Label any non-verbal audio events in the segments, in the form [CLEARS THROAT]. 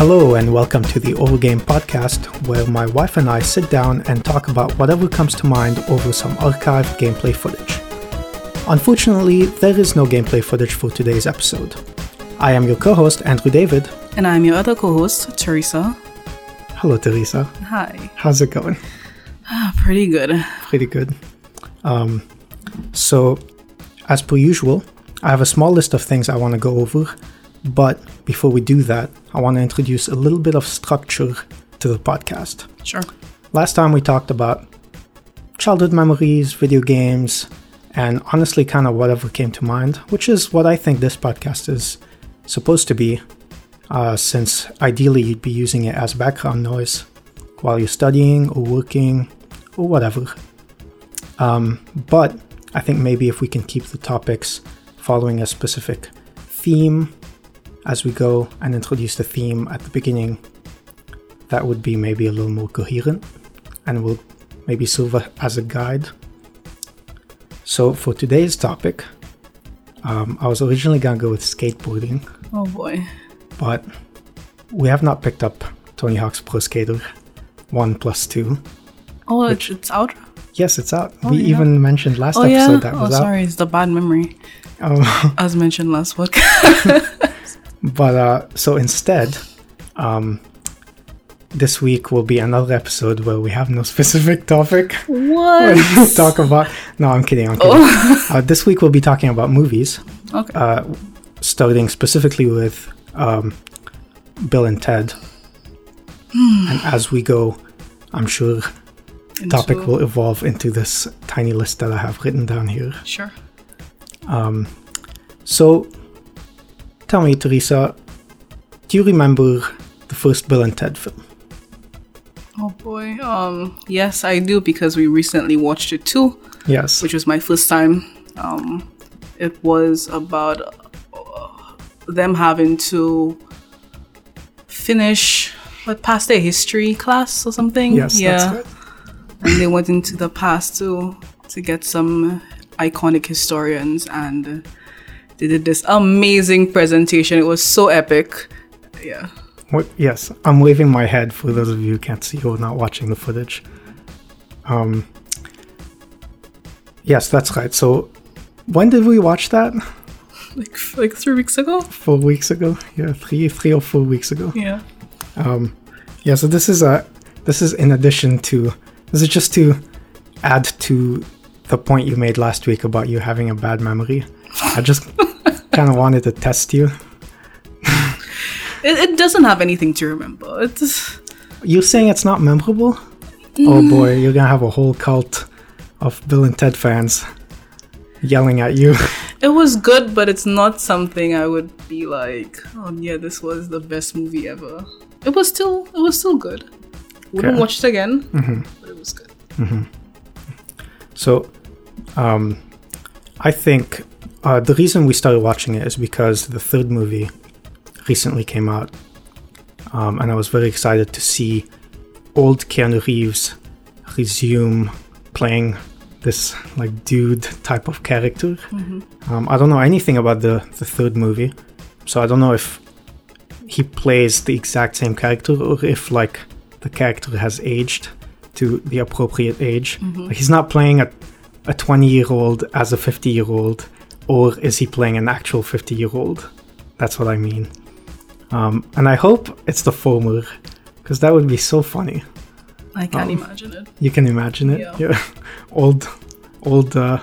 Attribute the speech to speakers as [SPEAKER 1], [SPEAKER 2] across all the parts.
[SPEAKER 1] Hello, and welcome to the Old Game Podcast, where my wife and I sit down and talk about whatever comes to mind over some archived gameplay footage. Unfortunately, there is no gameplay footage for today's episode. I am your co host, Andrew David.
[SPEAKER 2] And I'm your other co host, Teresa.
[SPEAKER 1] Hello, Teresa.
[SPEAKER 2] Hi.
[SPEAKER 1] How's it going?
[SPEAKER 2] Ah, pretty good.
[SPEAKER 1] Pretty good. Um, so, as per usual, I have a small list of things I want to go over, but before we do that, I want to introduce a little bit of structure to the podcast.
[SPEAKER 2] Sure.
[SPEAKER 1] Last time we talked about childhood memories, video games, and honestly, kind of whatever came to mind, which is what I think this podcast is supposed to be, uh, since ideally you'd be using it as background noise while you're studying or working or whatever. Um, but I think maybe if we can keep the topics following a specific theme as we go and introduce the theme at the beginning, that would be maybe a little more coherent and will maybe serve a- as a guide. So, for today's topic, um, I was originally gonna go with skateboarding,
[SPEAKER 2] Oh boy.
[SPEAKER 1] but we have not picked up Tony Hawk's Pro Skater 1 plus 2.
[SPEAKER 2] Oh, it's, it's out.
[SPEAKER 1] Yes, it's out.
[SPEAKER 2] Oh,
[SPEAKER 1] we
[SPEAKER 2] yeah.
[SPEAKER 1] even mentioned last
[SPEAKER 2] Oh
[SPEAKER 1] episode
[SPEAKER 2] yeah.
[SPEAKER 1] that
[SPEAKER 2] Oh,
[SPEAKER 1] was out.
[SPEAKER 2] sorry, it's the bad memory.
[SPEAKER 1] Um,
[SPEAKER 2] [LAUGHS] As mentioned last podcast.
[SPEAKER 1] But uh, so instead, um, this week will be another episode where we have no [LAUGHS] specific topic
[SPEAKER 2] What?
[SPEAKER 1] to talk about. No, I'm kidding. I'm kidding. Uh, this week we'll be talking about movies,
[SPEAKER 2] Oh. Okay.
[SPEAKER 1] uh, starting specifically with um, Bill and Ted.
[SPEAKER 2] Hmm.
[SPEAKER 1] and as we go, I'm sure
[SPEAKER 2] And
[SPEAKER 1] topic
[SPEAKER 2] so-
[SPEAKER 1] will evolve into this tiny list that I have written down here.
[SPEAKER 2] Sure.
[SPEAKER 1] Um, so, tell me, Teresa, do you remember the first Bill and Ted film?
[SPEAKER 2] Oh boy. Um. Yes, I do because we recently watched it too,
[SPEAKER 1] Yes.
[SPEAKER 2] which was my first time. Um, it was about uh, them having to finish what past their history class or something.
[SPEAKER 1] yes,
[SPEAKER 2] Yeah.
[SPEAKER 1] that's right.
[SPEAKER 2] and they went into the past to to get some iconic historians and they did this amazing presentation it was so epic yeah
[SPEAKER 1] What, yes, I'm waving my head for those of you who can't see or not watching the footage. Um, yes, that's right. So, when did we watch that?
[SPEAKER 2] like like three weeks ago
[SPEAKER 1] Four weeks ago? Yeah, three, three or four weeks ago.
[SPEAKER 2] yeah
[SPEAKER 1] Um, yeah, so this is a this is in addition to this is just to add to the point you made last week about you having a bad memory. I just [LAUGHS] kind of wanted to test you.
[SPEAKER 2] it, it doesn't have anything to remember it's
[SPEAKER 1] You're saying it's not memorable? Oh boy, you're gonna have a whole cult of Bill and Ted fans yelling at you. [LAUGHS]
[SPEAKER 2] it was good but it's not something i would be like oh yeah this was the best movie ever it was still it was still good wouldn't
[SPEAKER 1] Okay. Mm-hmm.
[SPEAKER 2] watch it again but it was good
[SPEAKER 1] So, um, I think uh, the reason we started watching it is because the third movie recently came out, um, and I was very excited to see old Keanu Reeves resume playing this like dude type of character.
[SPEAKER 2] Mm-hmm.
[SPEAKER 1] Um, I don't know anything about the the third movie, so I don't know if he plays the exact same character or if like the character has aged to the appropriate age. Like, he's not playing a a 20 year old as a 50 year old, or is he playing an actual 50 year old? That's what I mean. Um, and I hope it's the former, because that would be so funny.
[SPEAKER 2] i can't
[SPEAKER 1] Oh.
[SPEAKER 2] imagine it
[SPEAKER 1] You can imagine it.
[SPEAKER 2] Yeah.
[SPEAKER 1] [LAUGHS] old, old uh,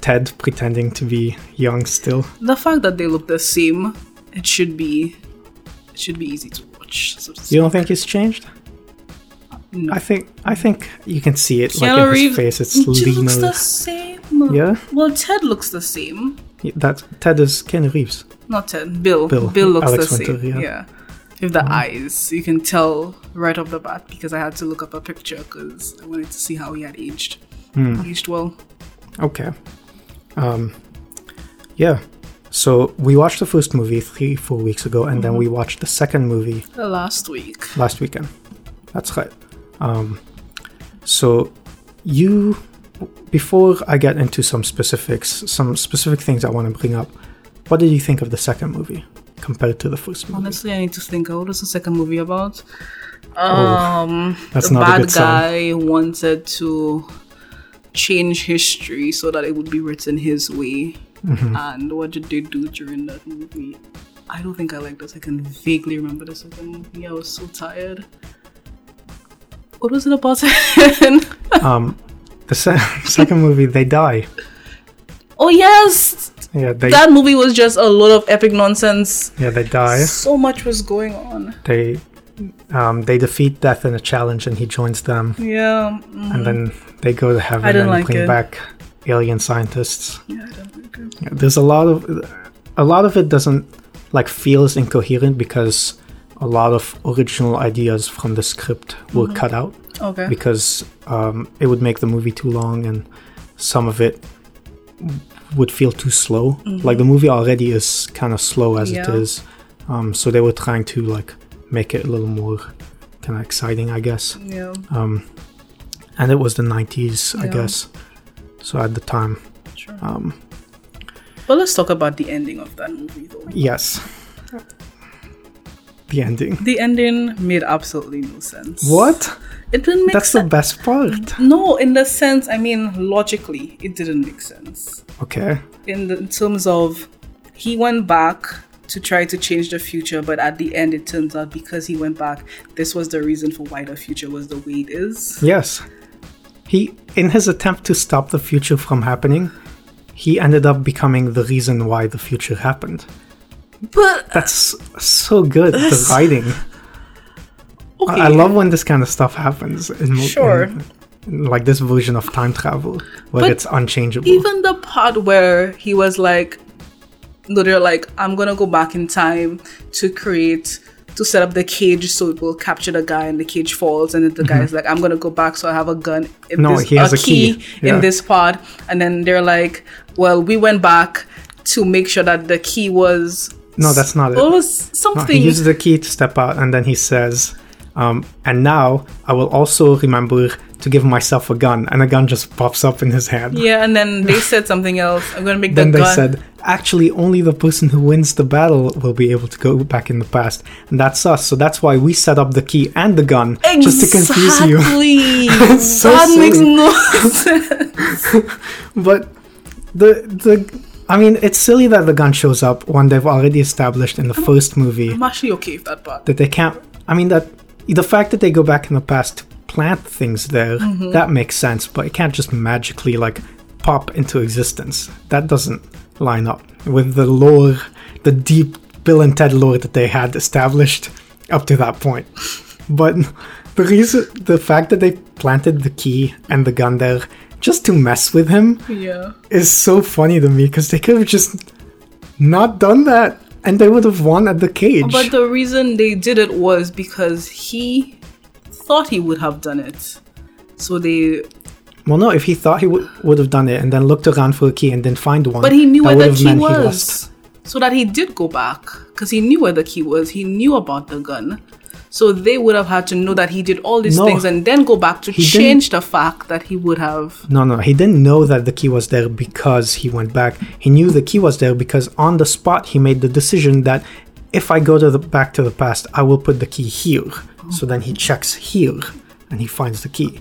[SPEAKER 1] Ted pretending to be young still.
[SPEAKER 2] the fact that they look the same, it should be, it should be easy to watch. So
[SPEAKER 1] You don't think he's changed?
[SPEAKER 2] No.
[SPEAKER 1] I think I think you can see it
[SPEAKER 2] Keanu
[SPEAKER 1] like in his
[SPEAKER 2] Reeves-
[SPEAKER 1] face. It's
[SPEAKER 2] she looks
[SPEAKER 1] leaner.
[SPEAKER 2] the same.
[SPEAKER 1] Yeah?
[SPEAKER 2] Well, Ted looks the same.
[SPEAKER 1] Yeah, That Ted is Ken Reeves.
[SPEAKER 2] Not Ted. Bill.
[SPEAKER 1] Bill.
[SPEAKER 2] Bill, looks
[SPEAKER 1] Alex
[SPEAKER 2] the
[SPEAKER 1] Winter,
[SPEAKER 2] same.
[SPEAKER 1] yeah. Mm-hmm.
[SPEAKER 2] Yeah. With the eyes, you can tell right off the bat because I had to look up a picture because I wanted to see how he had aged.
[SPEAKER 1] Hmm.
[SPEAKER 2] Aged well.
[SPEAKER 1] Okay. Um, yeah. So we watched the first movie three, four weeks ago, and
[SPEAKER 2] Mm-hmm.
[SPEAKER 1] then we watched the second movie
[SPEAKER 2] Last week.
[SPEAKER 1] last weekend. That's right. Um, so you, before I get into some specifics, some specific things I want to bring up, what did you think of the second movie? compared to the first movie.
[SPEAKER 2] Honestly, I need to think. What was the second movie about? Um,
[SPEAKER 1] Oh, that's
[SPEAKER 2] the
[SPEAKER 1] not a
[SPEAKER 2] bad
[SPEAKER 1] good sign.
[SPEAKER 2] guy wanted to change history so that it would be written his way.
[SPEAKER 1] Mm-hmm.
[SPEAKER 2] And what did they do during that movie? I don't think I like this. I can vaguely remember the second movie. I was so tired. What was it about? again? [LAUGHS]
[SPEAKER 1] Um, the se- [LAUGHS] second movie, they die.
[SPEAKER 2] oh yes,
[SPEAKER 1] Yeah, they
[SPEAKER 2] that movie was just a lot of epic nonsense.
[SPEAKER 1] yeah they die.
[SPEAKER 2] So much was going on.
[SPEAKER 1] They um, they defeat death in a challenge, and he joins them,
[SPEAKER 2] Yeah. mm,
[SPEAKER 1] and then they go to heaven
[SPEAKER 2] I didn't
[SPEAKER 1] and
[SPEAKER 2] like
[SPEAKER 1] bring
[SPEAKER 2] it.
[SPEAKER 1] back alien scientists.
[SPEAKER 2] yeah I don't like it.
[SPEAKER 1] Yeah, there's a lot of a lot of it doesn't like feels incoherent because a lot of original ideas from the script
[SPEAKER 2] Mm-hmm.
[SPEAKER 1] were cut out
[SPEAKER 2] Okay.
[SPEAKER 1] because um, it would make the movie too long and some of it would feel too slow. Like the movie already is kind of slow as it
[SPEAKER 2] Mm-hmm. Yeah.
[SPEAKER 1] is, um, so they were trying to like make it a little more kind of exciting, I guess.
[SPEAKER 2] Yeah.
[SPEAKER 1] Um, and it was the 90s, I
[SPEAKER 2] Yeah.
[SPEAKER 1] guess. So at the time,
[SPEAKER 2] Sure.
[SPEAKER 1] um,
[SPEAKER 2] But let's talk about the ending of that movie, though.
[SPEAKER 1] Yes. The ending.
[SPEAKER 2] The ending made absolutely no sense.
[SPEAKER 1] What?
[SPEAKER 2] It didn't make
[SPEAKER 1] That's the
[SPEAKER 2] sense.
[SPEAKER 1] best part.
[SPEAKER 2] No, in the sense, I mean, logically, it didn't make sense.
[SPEAKER 1] Okay.
[SPEAKER 2] In, the, in terms of he went back to try to change the future, but at the end, it turns out because he went back, this was the reason for why the future was the way it is.
[SPEAKER 1] Yes. He, in his attempt to stop the future from happening, he ended up becoming the reason why the future happened.
[SPEAKER 2] But
[SPEAKER 1] That's so good, the writing.
[SPEAKER 2] [LAUGHS] okay,
[SPEAKER 1] I I love when this kind of stuff happens. In, mo-
[SPEAKER 2] Sure.
[SPEAKER 1] in- in like this version of time travel, where
[SPEAKER 2] But
[SPEAKER 1] it's unchangeable.
[SPEAKER 2] even the part where he was like no they're like i'm gonna go back in time to create to set up the cage so it will capture the guy and the cage falls and then the guy's like i'm gonna go back so i have a gun in
[SPEAKER 1] Mm-hmm. No,
[SPEAKER 2] this,
[SPEAKER 1] he has a key. Yeah.
[SPEAKER 2] in this part and then they're like well we went back to make sure that the key was
[SPEAKER 1] No, that's not it.
[SPEAKER 2] it was
[SPEAKER 1] No,
[SPEAKER 2] something
[SPEAKER 1] he uses the key to step out, and then he says, um, "And now I will also remember to give myself a gun." And a gun just pops up in his hand.
[SPEAKER 2] [LAUGHS] yeah and then they said something else i'm gonna make
[SPEAKER 1] Then
[SPEAKER 2] the
[SPEAKER 1] they
[SPEAKER 2] gun
[SPEAKER 1] said, "Actually, only the person who wins the battle will be able to go back in the past, and that's us." So that's why we set up the key and the gun just to confuse you.
[SPEAKER 2] Exactly.
[SPEAKER 1] so
[SPEAKER 2] that makes
[SPEAKER 1] silly.
[SPEAKER 2] no sense
[SPEAKER 1] [LAUGHS] But the the I mean, it's silly that the gun shows up when they've already established in the first movie
[SPEAKER 2] I'm actually okay with that part.
[SPEAKER 1] that they can't i mean that the fact that they go back in the past to plant things there that makes sense but it can't just magically like pop into existence that doesn't line up with the lore the deep bill and ted lore that they had established up to that point but the reason the fact that they planted the key and the gun there just to mess with him
[SPEAKER 2] Yeah.
[SPEAKER 1] is so funny to me because they could have just not done that and they would have won at the cage
[SPEAKER 2] But the reason they did it was because he thought he would have done it. So they
[SPEAKER 1] Well, no, if he thought he w- would have done it and then looked around for a key and didn't find one,
[SPEAKER 2] but he knew
[SPEAKER 1] that
[SPEAKER 2] where
[SPEAKER 1] would
[SPEAKER 2] the
[SPEAKER 1] have
[SPEAKER 2] key
[SPEAKER 1] meant he
[SPEAKER 2] was.
[SPEAKER 1] lost.
[SPEAKER 2] So that he did go back cuz he knew where the key was. He knew about the gun. So they would have had to know that he did all these
[SPEAKER 1] No.
[SPEAKER 2] things and then go back to
[SPEAKER 1] He didn't-
[SPEAKER 2] change the fact that he would have
[SPEAKER 1] No, no, he didn't know that the key was there because he went back. He knew the key was there because on the spot he made the decision that if I go to the back to the past, I will put the key here. So then he checks here and he finds the key.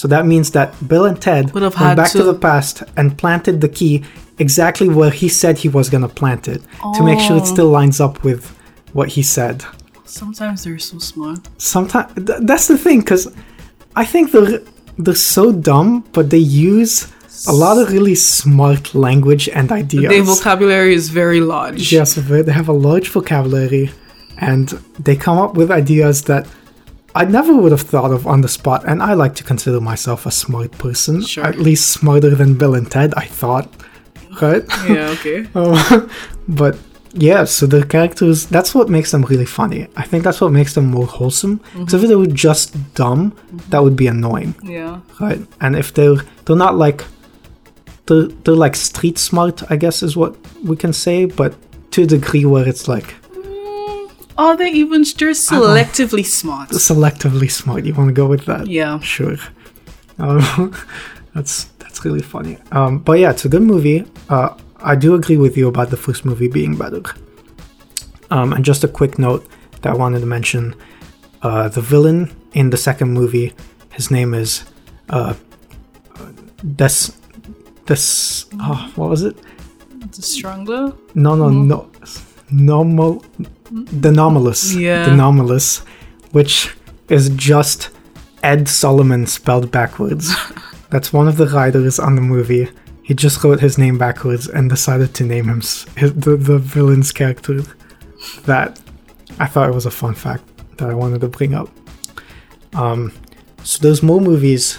[SPEAKER 1] So that means that Bill and Ted
[SPEAKER 2] Would have
[SPEAKER 1] went
[SPEAKER 2] had
[SPEAKER 1] back to
[SPEAKER 2] to-
[SPEAKER 1] the past and planted the key exactly where he said he was going to plant it to make sure
[SPEAKER 2] Oh.
[SPEAKER 1] it still lines up with what he said.
[SPEAKER 2] Sometimes they're so smart.
[SPEAKER 1] sometimes th- that's the thing because i think they're they're so dumb but they use a lot of really smart language and ideas
[SPEAKER 2] Their vocabulary is very large.
[SPEAKER 1] yes they they have a large vocabulary and they come up with ideas that i never would have thought of on the spot and i like to consider myself a smart person
[SPEAKER 2] Sure.
[SPEAKER 1] at least smarter than bill and ted i thought right
[SPEAKER 2] [LAUGHS] Yeah, okay.
[SPEAKER 1] um, but yeah, so the characters, that's what makes them really funny. I think that's what makes them more wholesome. Because if they were just dumb, that would be annoying,
[SPEAKER 2] Yeah.
[SPEAKER 1] right? And if they're they're not like they're, they're like street smart, I guess is what we can say, but to a degree where it's like
[SPEAKER 2] Mm, Are they even they're selectively smart?
[SPEAKER 1] selectively smart. You want to go with that?
[SPEAKER 2] Yeah.
[SPEAKER 1] Sure. [LAUGHS] Um, that's that's really funny. Um, but yeah, it's a good movie. Uh, I do agree with you about the first movie being better. Um, and just a quick note that I wanted to mention uh, the villain in the second movie, his name is uh, Des. Des. Oh, what was it?
[SPEAKER 2] The strangler?
[SPEAKER 1] No, no, no. Nomo. Denomalous.
[SPEAKER 2] Yeah.
[SPEAKER 1] Denomalous, which is just Ed Solomon spelled backwards. That's one of the writers on the movie. He just wrote his name backwards and decided to name him s- his, the, the villain's character. That I thought it was a fun fact that I wanted to bring up. Um, so there's more movies,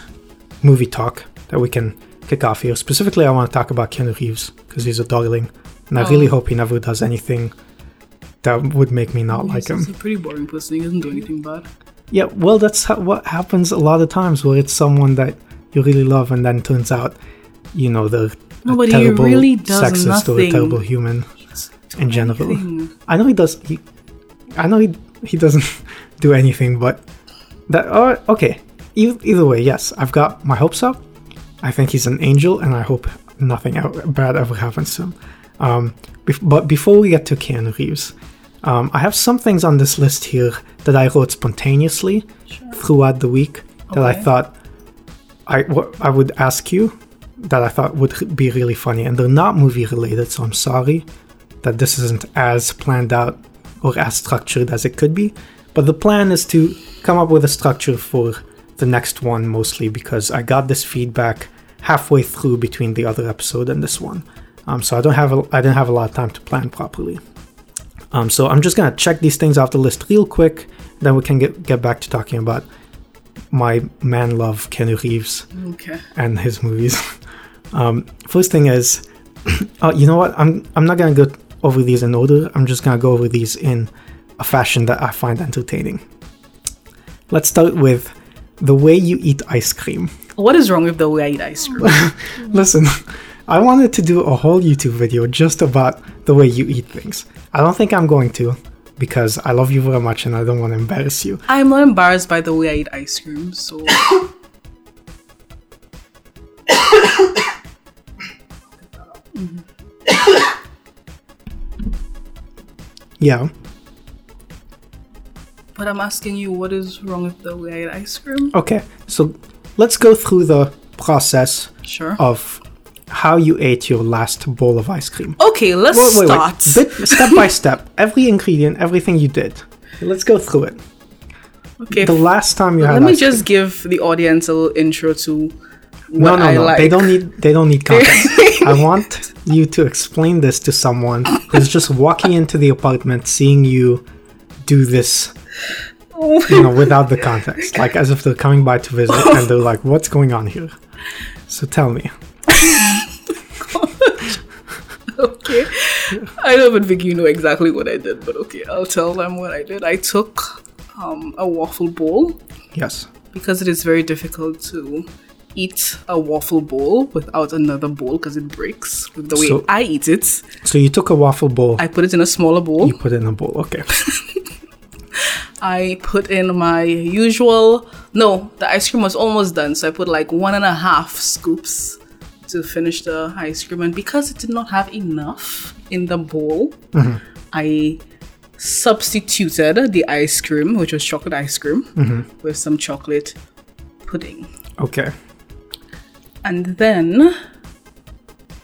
[SPEAKER 1] movie talk that we can kick off here. Specifically, I want to talk about Keanu Reeves because he's a darling, and I really
[SPEAKER 2] Oh.
[SPEAKER 1] hope he never does anything that would make me not like
[SPEAKER 2] He's-
[SPEAKER 1] him.
[SPEAKER 2] He's a pretty boring person. He doesn't do anything bad.
[SPEAKER 1] Yeah, well, that's how, what happens a lot of times where it's someone that you really love, and then turns out, you know, they're
[SPEAKER 2] No,
[SPEAKER 1] a
[SPEAKER 2] but he
[SPEAKER 1] terrible
[SPEAKER 2] really does
[SPEAKER 1] sexist or a
[SPEAKER 2] nothing.
[SPEAKER 1] terrible human
[SPEAKER 2] He doesn't do
[SPEAKER 1] in general.
[SPEAKER 2] anything.
[SPEAKER 1] I know he does. He, I know he he doesn't [LAUGHS] do anything, but that. Oh, okay. Either, either way, yes, I've got my hopes up. I think he's an angel, and I hope nothing out, bad ever happens to him. Um, bef- but before we get to Keanu Reeves, um, I have some things on this list here that I wrote spontaneously throughout the week that I
[SPEAKER 2] Okay.
[SPEAKER 1] thought I wha- I would ask you that I thought would be really funny, and they're not movie related, so I'm sorry that this isn't as planned out or as structured as it could be. But the plan is to come up with a structure for the next one mostly because I got this feedback halfway through between the other episode and this one. Um, so I don't have a, I didn't have a lot of time to plan properly. Um, so I'm just gonna check these things off the list real quick, then we can get get back to talking about my man love Keanu Reeves
[SPEAKER 2] Okay.
[SPEAKER 1] and his movies. [LAUGHS] um, first thing is, [CLEARS THROAT] uh, you know what? I'm I'm not gonna go over these in order. I'm just gonna go over these in a fashion that I find entertaining. Let's start with the way you eat ice cream.
[SPEAKER 2] What is wrong with the way I eat ice cream?
[SPEAKER 1] Listen, [LAUGHS] I wanted to do a whole YouTube video just about the way you eat things. I don't think I'm going to because I love you very much and I don't want to embarrass you.
[SPEAKER 2] I'm not embarrassed by the way I eat ice cream, so.
[SPEAKER 1] Yeah.
[SPEAKER 2] But I'm asking you, what is wrong with the way I eat ice cream?
[SPEAKER 1] Okay. So let's go through the process
[SPEAKER 2] Sure.
[SPEAKER 1] of how you ate your last bowl of ice cream.
[SPEAKER 2] okay, let's start.
[SPEAKER 1] Bit, step by step, every ingredient, everything you did. Let's go through it.
[SPEAKER 2] okay,
[SPEAKER 1] The last time you had
[SPEAKER 2] let me
[SPEAKER 1] ice
[SPEAKER 2] just give the audience a little intro to what
[SPEAKER 1] No, no,
[SPEAKER 2] I
[SPEAKER 1] no.
[SPEAKER 2] like.
[SPEAKER 1] They don't need. They don't need context. I want you to explain this to someone who's just walking into the apartment, seeing you do this, you know, without the
[SPEAKER 2] [LAUGHS]
[SPEAKER 1] context, like as if they're coming by to visit and they're like, "What's going on here?" So tell me.
[SPEAKER 2] [LAUGHS] okay. I don't even think you know exactly what I did, but okay, I'll tell them what I did. I took um, a waffle bowl
[SPEAKER 1] Yes.
[SPEAKER 2] because it is very difficult to eat a waffle bowl without another bowl because it breaks with the way
[SPEAKER 1] So-
[SPEAKER 2] I eat it.
[SPEAKER 1] So you took a waffle bowl.
[SPEAKER 2] I put it in a smaller bowl.
[SPEAKER 1] you put it in a bowl. Okay.
[SPEAKER 2] I put in my usual. No, the ice cream was almost done, so I put like one and a half scoops to finish the ice cream. And because it did not have enough in the bowl,
[SPEAKER 1] Mm-hmm.
[SPEAKER 2] I substituted the ice cream, which was chocolate ice cream,
[SPEAKER 1] Mm-hmm.
[SPEAKER 2] with some chocolate pudding.
[SPEAKER 1] Okay.
[SPEAKER 2] And then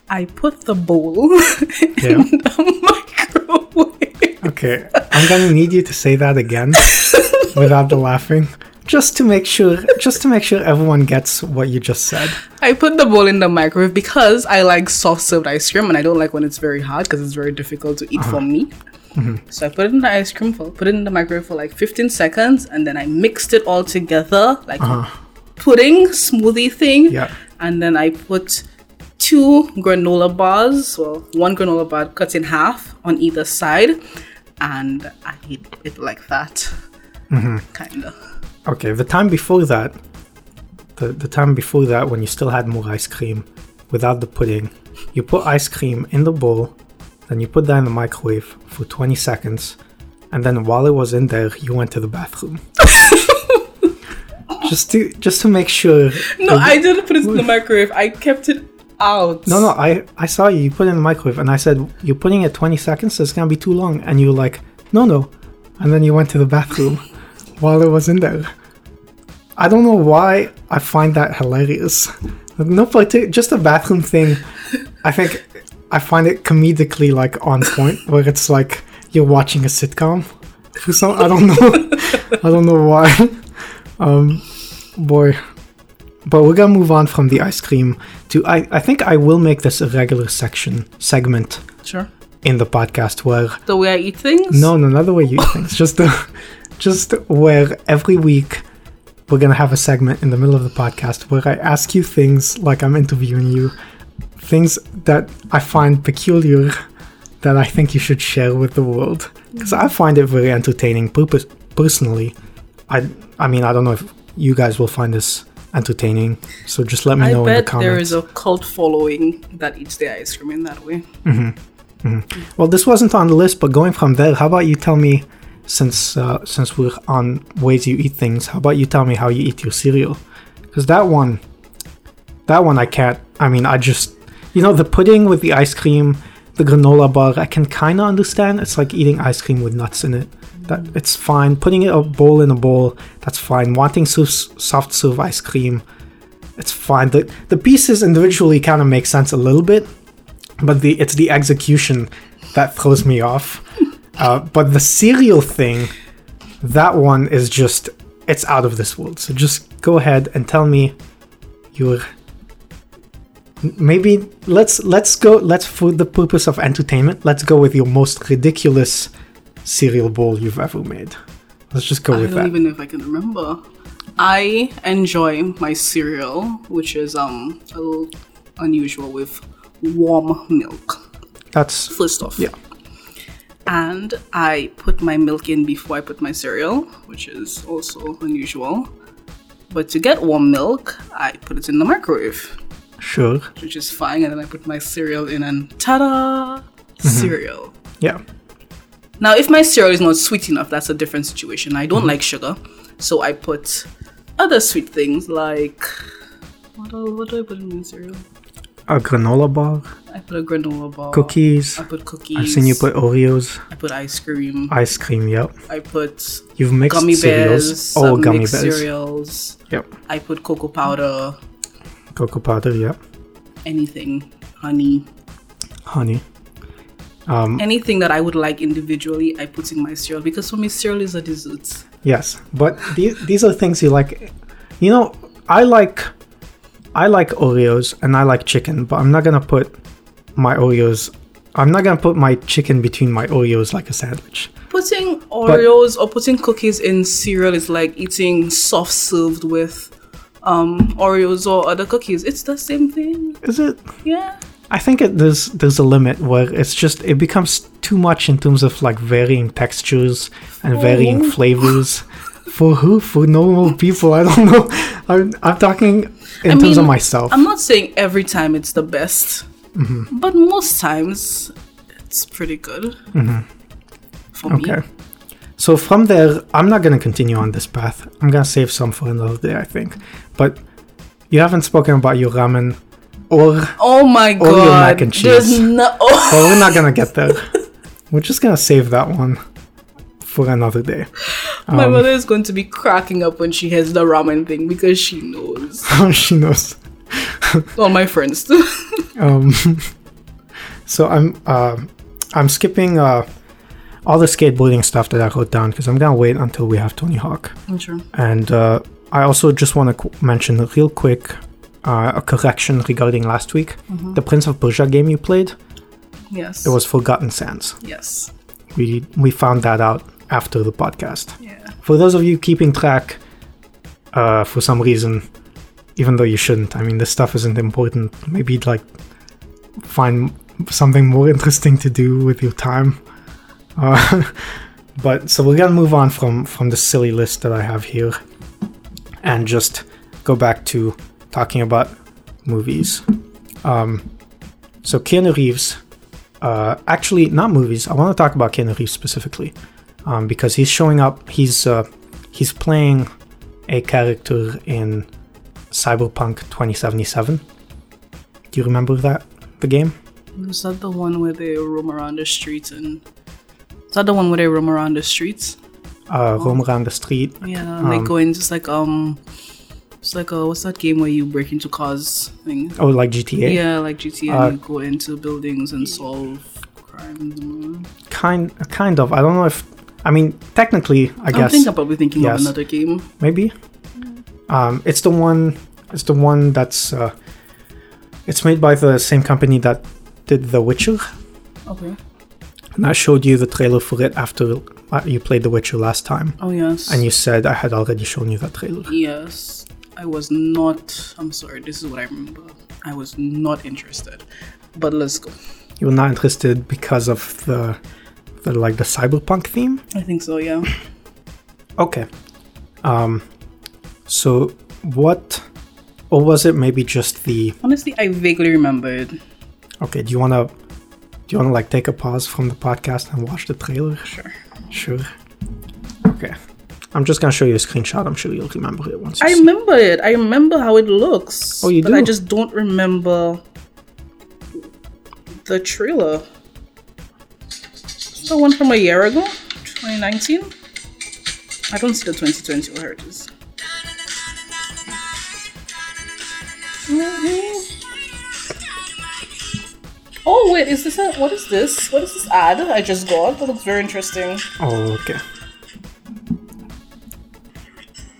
[SPEAKER 2] I put the bowl [LAUGHS]
[SPEAKER 1] Yeah.
[SPEAKER 2] in the [LAUGHS] microwave.
[SPEAKER 1] Okay, I'm gonna need you to say that again without the laughing, just to make sure, just to make sure everyone gets what you just said.
[SPEAKER 2] I put the bowl in the microwave because I like soft served ice cream and I don't like when it's very hard because it's very difficult to eat for
[SPEAKER 1] Uh-huh.
[SPEAKER 2] me.
[SPEAKER 1] Mm-hmm.
[SPEAKER 2] So I put it in the ice cream for put it in the microwave for like 15 seconds and then I mixed it all together like pudding smoothie thing.
[SPEAKER 1] Uh-huh. Yeah.
[SPEAKER 2] And then I put two granola bars, well, one granola bar cut in half on either side, and I eat it like that,
[SPEAKER 1] Mm-hmm.
[SPEAKER 2] kinda.
[SPEAKER 1] Okay, the time before that, the the time before that, when you still had more ice cream, without the pudding, you put ice cream in the bowl, then you put that in the microwave for 20 seconds, and then while it was in there, you went to the bathroom. just to just to make sure.
[SPEAKER 2] No, I didn't put it in the microwave. I kept it out.
[SPEAKER 1] No, no, I, I saw you. You put it in the microwave, and I said, You're putting it 20 seconds, so it's going to be too long. And you're like, no, no. And then you went to the bathroom [LAUGHS] while it was in there. I don't know why I find that hilarious. No particular, just the bathroom thing. I think I find it comedically like on point, where it's like you're watching a sitcom. For some, I don't know. [LAUGHS] I don't know why. Um, boy. But we're gonna move on from the ice cream to I, I think I will make this a regular section segment
[SPEAKER 2] Sure.
[SPEAKER 1] in the podcast where
[SPEAKER 2] The way I eat things?
[SPEAKER 1] no, no, not the way you eat things. Just [LAUGHS] the, just where every week we're gonna have a segment in the middle of the podcast where I ask you things like I'm interviewing you, things that I find peculiar that I think you should share with the world because I find it very entertaining. Purpose personally, I I mean I don't know if you guys will find this entertaining, so just let me
[SPEAKER 2] I
[SPEAKER 1] know in the
[SPEAKER 2] bet
[SPEAKER 1] comments.
[SPEAKER 2] there is a cult following that eats their ice cream in that way.
[SPEAKER 1] Well, this wasn't on the list, but going from there, how about you tell me, since uh, since we're on ways you eat things, how about you tell me how you eat your cereal? Because that one, that one I can't. I mean, I just, you know, the pudding with the ice cream, the granola bar, I can kind of understand. It's like eating ice cream with nuts in it. That it's fine. Putting a bowl in a bowl, that's fine. Wanting so- soft serve ice cream, it's fine. The the pieces individually kind of make sense a little bit but the it's the execution that throws me off. [LAUGHS] Uh, but the serial thing, that one is just it's out of this world. So just go ahead and tell me your maybe let's let's go let's for the purpose of entertainment let's go with your most ridiculous cereal bowl you've ever made. Let's just go
[SPEAKER 2] I
[SPEAKER 1] with
[SPEAKER 2] don't
[SPEAKER 1] that.
[SPEAKER 2] even know if I can remember. I enjoy my cereal, which is um a little unusual with warm milk.
[SPEAKER 1] That's
[SPEAKER 2] First off,
[SPEAKER 1] Yeah.
[SPEAKER 2] And I put my milk in before I put my cereal, which is also unusual. But to get warm milk, I put it in the microwave,
[SPEAKER 1] sure.
[SPEAKER 2] which is fine. And then I put my cereal in, and ta-da,
[SPEAKER 1] Mm-hmm.
[SPEAKER 2] cereal.
[SPEAKER 1] Yeah.
[SPEAKER 2] Now, if my cereal is not sweet enough, that's a different situation. I don't
[SPEAKER 1] Mm-hmm.
[SPEAKER 2] like sugar, so I put other sweet things like what, el- what do I put in my cereal?
[SPEAKER 1] A granola bar,
[SPEAKER 2] I put a granola bar,
[SPEAKER 1] cookies.
[SPEAKER 2] I put cookies.
[SPEAKER 1] I've seen you put Oreos,
[SPEAKER 2] I put ice cream. I,
[SPEAKER 1] ice cream. Yep.
[SPEAKER 2] put
[SPEAKER 1] You've mixed
[SPEAKER 2] gummy
[SPEAKER 1] cereals.
[SPEAKER 2] bears.
[SPEAKER 1] oh,
[SPEAKER 2] I've
[SPEAKER 1] gummy
[SPEAKER 2] mixed
[SPEAKER 1] bears.
[SPEAKER 2] cereals.
[SPEAKER 1] Yep.
[SPEAKER 2] I put cocoa powder.
[SPEAKER 1] Cocoa powder, yeah.
[SPEAKER 2] Anything, honey,
[SPEAKER 1] Honey. Um,
[SPEAKER 2] anything that I would like individually, I put in my cereal because for me, cereal is a dessert.
[SPEAKER 1] yes, but these these are things you like. You know, I like I like Oreos and I like chicken, but I'm not gonna put my Oreos. I'm not gonna put my chicken between my Oreos like a sandwich.
[SPEAKER 2] Putting Oreos or putting cookies in cereal is like eating soft served with um, Oreos or other cookies. It's the same thing.
[SPEAKER 1] Is it?
[SPEAKER 2] Yeah.
[SPEAKER 1] I think it, there's there's a limit where it's just it becomes too much in terms of like varying textures and varying
[SPEAKER 2] who?
[SPEAKER 1] flavors. For who? For normal people? I don't know. [LAUGHS] I'm, I'm talking in
[SPEAKER 2] I
[SPEAKER 1] terms of Mm-hmm.
[SPEAKER 2] mean,
[SPEAKER 1] myself.
[SPEAKER 2] I'm not saying every time it's the best, but most times it's pretty good for me.
[SPEAKER 1] Mm-hmm. Okay. So from there, I'm not going to continue on this path. I'm going to save some for another day, I think. But you haven't spoken about your ramen, or
[SPEAKER 2] Oh my god!
[SPEAKER 1] Oreo mac and
[SPEAKER 2] There's
[SPEAKER 1] cheese.
[SPEAKER 2] no. oh,
[SPEAKER 1] [LAUGHS] well, we're not going to get
[SPEAKER 2] [LAUGHS]
[SPEAKER 1] there. We're just going to save that one for another day. [LAUGHS]
[SPEAKER 2] my
[SPEAKER 1] Um,
[SPEAKER 2] mother is going to be cracking up when she hears the ramen thing because she knows.
[SPEAKER 1] she knows.
[SPEAKER 2] All my friends [LAUGHS] do.
[SPEAKER 1] Um, so I'm um I'm skipping uh, all the skateboarding stuff that I wrote down because I'm going to wait until we have Tony Hawk.
[SPEAKER 2] I'm sure.
[SPEAKER 1] And uh, I also just want to qu- mention real quick uh, a correction regarding last week. The Prince of Persia game you played,
[SPEAKER 2] Yes.
[SPEAKER 1] it was Forgotten Sands.
[SPEAKER 2] Yes.
[SPEAKER 1] We we found that out after the podcast.
[SPEAKER 2] Yeah.
[SPEAKER 1] For those of you keeping track, uh, for some reason, even though you shouldn't, I mean, this stuff isn't important. Maybe you'd like find something more interesting to do with your time. Uh, [LAUGHS] but so we're gonna move on from from the silly list that I have here, and just go back to talking about movies. Um, so Keanu Reeves, uh, actually not movies. I want to talk about Keanu Reeves specifically um, because he's showing up. He's uh, he's playing a character in Cyberpunk 2077. Do you remember that the game?
[SPEAKER 2] Was that the one where they roam around the streets and Is that the one where they roam around the streets?
[SPEAKER 1] Uh,
[SPEAKER 2] Oh.
[SPEAKER 1] roam around the street.
[SPEAKER 2] Yeah, like going just like um, it's like a what's that game where you break into cars thing?
[SPEAKER 1] Oh, like GTA.
[SPEAKER 2] Yeah, like GTA,
[SPEAKER 1] Uh,
[SPEAKER 2] and you go into buildings and solve crimes. And all.
[SPEAKER 1] Kind, kind of. I don't know if. I mean, technically, I
[SPEAKER 2] I
[SPEAKER 1] guess
[SPEAKER 2] think I'm probably thinking
[SPEAKER 1] Yes.
[SPEAKER 2] of another game.
[SPEAKER 1] maybe. Um, it's the one. It's the one that's. Uh, it's made by the same company that did The Witcher,
[SPEAKER 2] Okay.
[SPEAKER 1] and I showed you the trailer for it after uh, you played The Witcher last time,
[SPEAKER 2] Oh yes.
[SPEAKER 1] and you said I had already shown you that trailer.
[SPEAKER 2] Yes, I was not. I'm sorry. This is what I remember. I was not interested. But let's go.
[SPEAKER 1] You were not interested because of the, the like the cyberpunk theme.
[SPEAKER 2] I think so. Yeah.
[SPEAKER 1] Okay. Um, so what, or was it maybe just the?
[SPEAKER 2] Honestly, I vaguely remembered.
[SPEAKER 1] Okay, do you wanna, do you wanna like take a pause from the podcast and watch the trailer?
[SPEAKER 2] Sure.
[SPEAKER 1] Sure. Okay. I'm just gonna show you a screenshot. I'm sure you'll remember it once. You
[SPEAKER 2] I
[SPEAKER 1] see.
[SPEAKER 2] remember it. I remember how it looks.
[SPEAKER 1] Oh, you
[SPEAKER 2] but
[SPEAKER 1] do?
[SPEAKER 2] I just don't remember the trailer. It's the one from a year ago, 2019. I don't see the 2020 where it is. Mm-hmm. Oh wait, is this a what is this? What is this ad I just got? That looks very interesting.
[SPEAKER 1] Oh, okay.